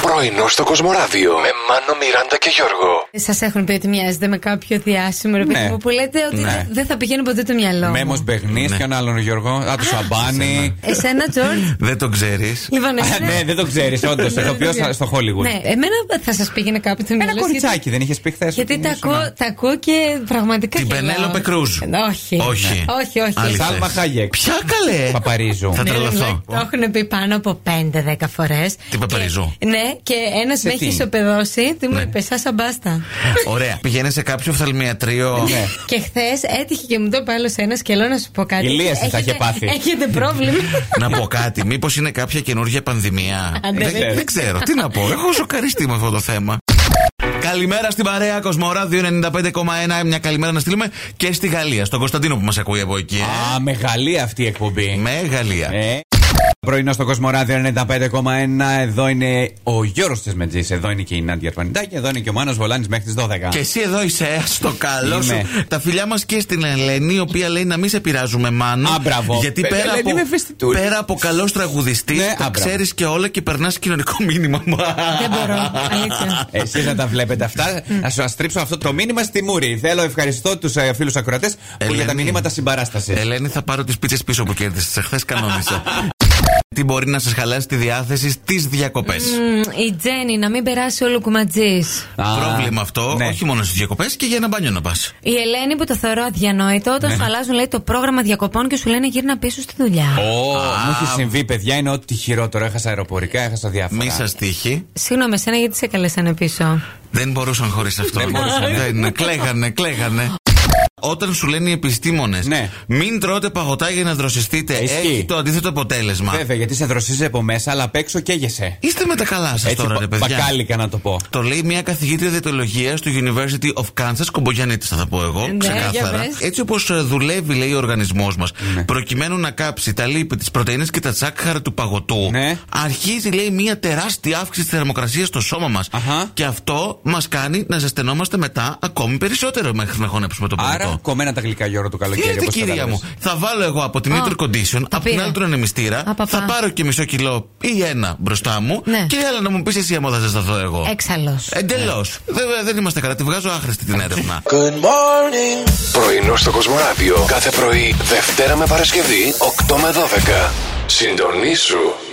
Πρωινό στο Κοσμοράδιο με Μάνο, Μιράντα και Γιώργο. Σας έχουν πει ότι μοιάζετε με κάποιο διάσημο ρε παιδί Ναι. μου που λέτε ότι Ναι. δεν- δεν θα πηγαίνει ποτέ το μυαλό. μου. Μέμο Μπεγνή, Ναι. ποιον άλλον Γιώργο. Α, του Σαμπάνη. Εσένα, Τζορτ. Δεν το ξέρει. Λοιπόν, Α, εμένα- Ναι, δεν το ξέρεις, όντως. Ναι, Ηθοποιό δεν το στο Χόλιγουτ. Ναι, εμένα θα σας πήγαινε κάποιο Ναι, το μυαλό. Ένα γιατί- κοριτσάκι, δεν είχες πει χθες. Γιατί τα ακούω, τα ακούω και πραγματικά. Την γελάω. Ε, ναι, Πενέλοπε Κρούζ. Όχι. Όχι. Όχι, όχι. Άλλη Ναι, Σάλμα θες. Χάγεκ. Ποια καλέ. Παπαρίζου. Ε. Θα ναι, τρελαθώ. Το έχουν πει πάνω από 5-10 φορέ. Την Παπαριζού. Ναι, και ένας με έχεις τι? ισοπεδώσει. Ναι. Τι μου είπε, Σάσα μπάστα. Ωραία. Πηγαίνεις σε κάποιο οφθαλμιατρίο. Ναι. Και χθες έτυχε και μου το είπε άλλος ένας και λέω να σου πω κάτι. Ηλίαση θα Έχετε- είχε πάθει. Έχετε πρόβλημα. Να πω κάτι, μήπως είναι κάποια καινούργια πανδημία. Άντε, δεν, δεν ξέρω. δεν ξέρω, τι να πω. Έχω σοκαριστεί με αυτό το θέμα. Καλημέρα στην παρέα Κοσμορά 295,1. Μια καλημέρα να στείλουμε και στη Γαλλία, στον Κωνσταντίνο που μας ακούει από εκεί. ε. Ναι. Α, μεγάλη αυτή η εκπομπή. Με Γαλλία. Ε. Πρωινό στο Κοσμοράδιο 95,1. Εδώ είναι ο Γιώργο Τσεσμετζή. Εδώ είναι και η Νάντια Αρπανιτάκη. Εδώ είναι και ο Μάνος Βολάνης μέχρι τις 12. Και εσύ εδώ είσαι, ε, στο καλό σου. Είμαι. Τα φιλιά μας και στην Ελένη, η οποία λέει να μην σε πειράζουμε, μάνο. Α, μπράβο. Γιατί Ε, πέρα Ελένη, από, με φεστιτούρι. πέρα από καλός τραγουδιστής, Ναι, α, τα μπράβο. ξέρεις και όλα και περνάς κοινωνικό μήνυμα. Δεν μπορώ. Αλήθεια. Εσείς να τα βλέπετε αυτά. Να σου αστρίψω αυτό το μήνυμα στη Μούρη. Θέλω ευχαριστώ τους φίλους ακροατές που για τα Ελένη. μηνύματα συμπαράστασης. Ε, Ελένη, θα πάρω τις πίτσες πίσω που κέρδισες. Χθε κανόνισα. Τι μπορεί να σας χαλάσει τη διάθεση στις διακοπές. Μμ, Η Τζέννη να μην περάσει όλο κουματζής. Α, Πρόβλημα αυτό, ναι. όχι μόνο στις διακοπές και για ένα μπάνιο να πας. Η Ελένη που το θεωρώ αδιανόητο όταν σου αλλάζουν λέει το πρόγραμμα διακοπών και σου λένε γύρνα πίσω στη δουλειά. Ω, μου έχει συμβεί, παιδιά, είναι ό,τι χειρότερο. Έχασα αεροπορικά, έχασα διάφορα. Μη σας τύχει. Συγγνώμη, εσένα γιατί σε καλέσανε πίσω. Δεν μπορούσαν χωρίς αυτό. Δεν μπορούσαν. Δεν, ναι, κλαίγανε, κλαίγανε. Όταν σου λένε οι επιστήμονες, Ναι. Ε, μην τρώτε παγωτά για να δροσιστείτε. Ισχύει. Έχει το αντίθετο αποτέλεσμα. Βέβαια, γιατί σε δροσίζει από μέσα, αλλά απ' έξω καίγεσαι. Είστε με τα καλά σας Έτσι, τώρα, ρε πα- παιδιά. μπακάλικα να το πω. Το λέει μια καθηγήτρια διαιτολογία του University of Kansas, κομπογιανίτης θα τα πω εγώ, Ναι, ξεκάθαρα. για πες. Έτσι όπως δουλεύει, λέει ο οργανισμός μας, Ναι. προκειμένου να κάψει τα λίπη, τι πρωτενε και τα τσάκχαρα του παγωτού, Ναι. αρχίζει, λέει, μια τεράστια αύξηση της θερμοκρασίας στο σώμα μας. Αχα. Και αυτό μας κάνει να ζεσθενόμαστε μετά ακόμη περισσότερο μέχρι να χωνέψουμε το παγωτό. Άρα, κομμένα τα γλυκά Γιώργο το καλοκαίρι. Ξέρετε, όπως κυρία μου, καταλαβαίνεις. θα βάλω εγώ από την Α, Inter Condition, τα από την πήρα. άλλη τον ανεμιστήρα, Α, παπά. θα πάρω και μισό κιλό ή ένα μπροστά μου Ναι. και έλα να μου πεις εσύ άμα θα ζεσταθώ εγώ. Έξαλλο. Εντελώ. Ε, Δεν, δεν είμαστε καλά. Τη βγάζω άχρηστη την έρευνα. Πρωινό στο Κοσμοράδιο κάθε πρωί, Δευτέρα με Παρασκευή, 8 με 12. Συντονίσου.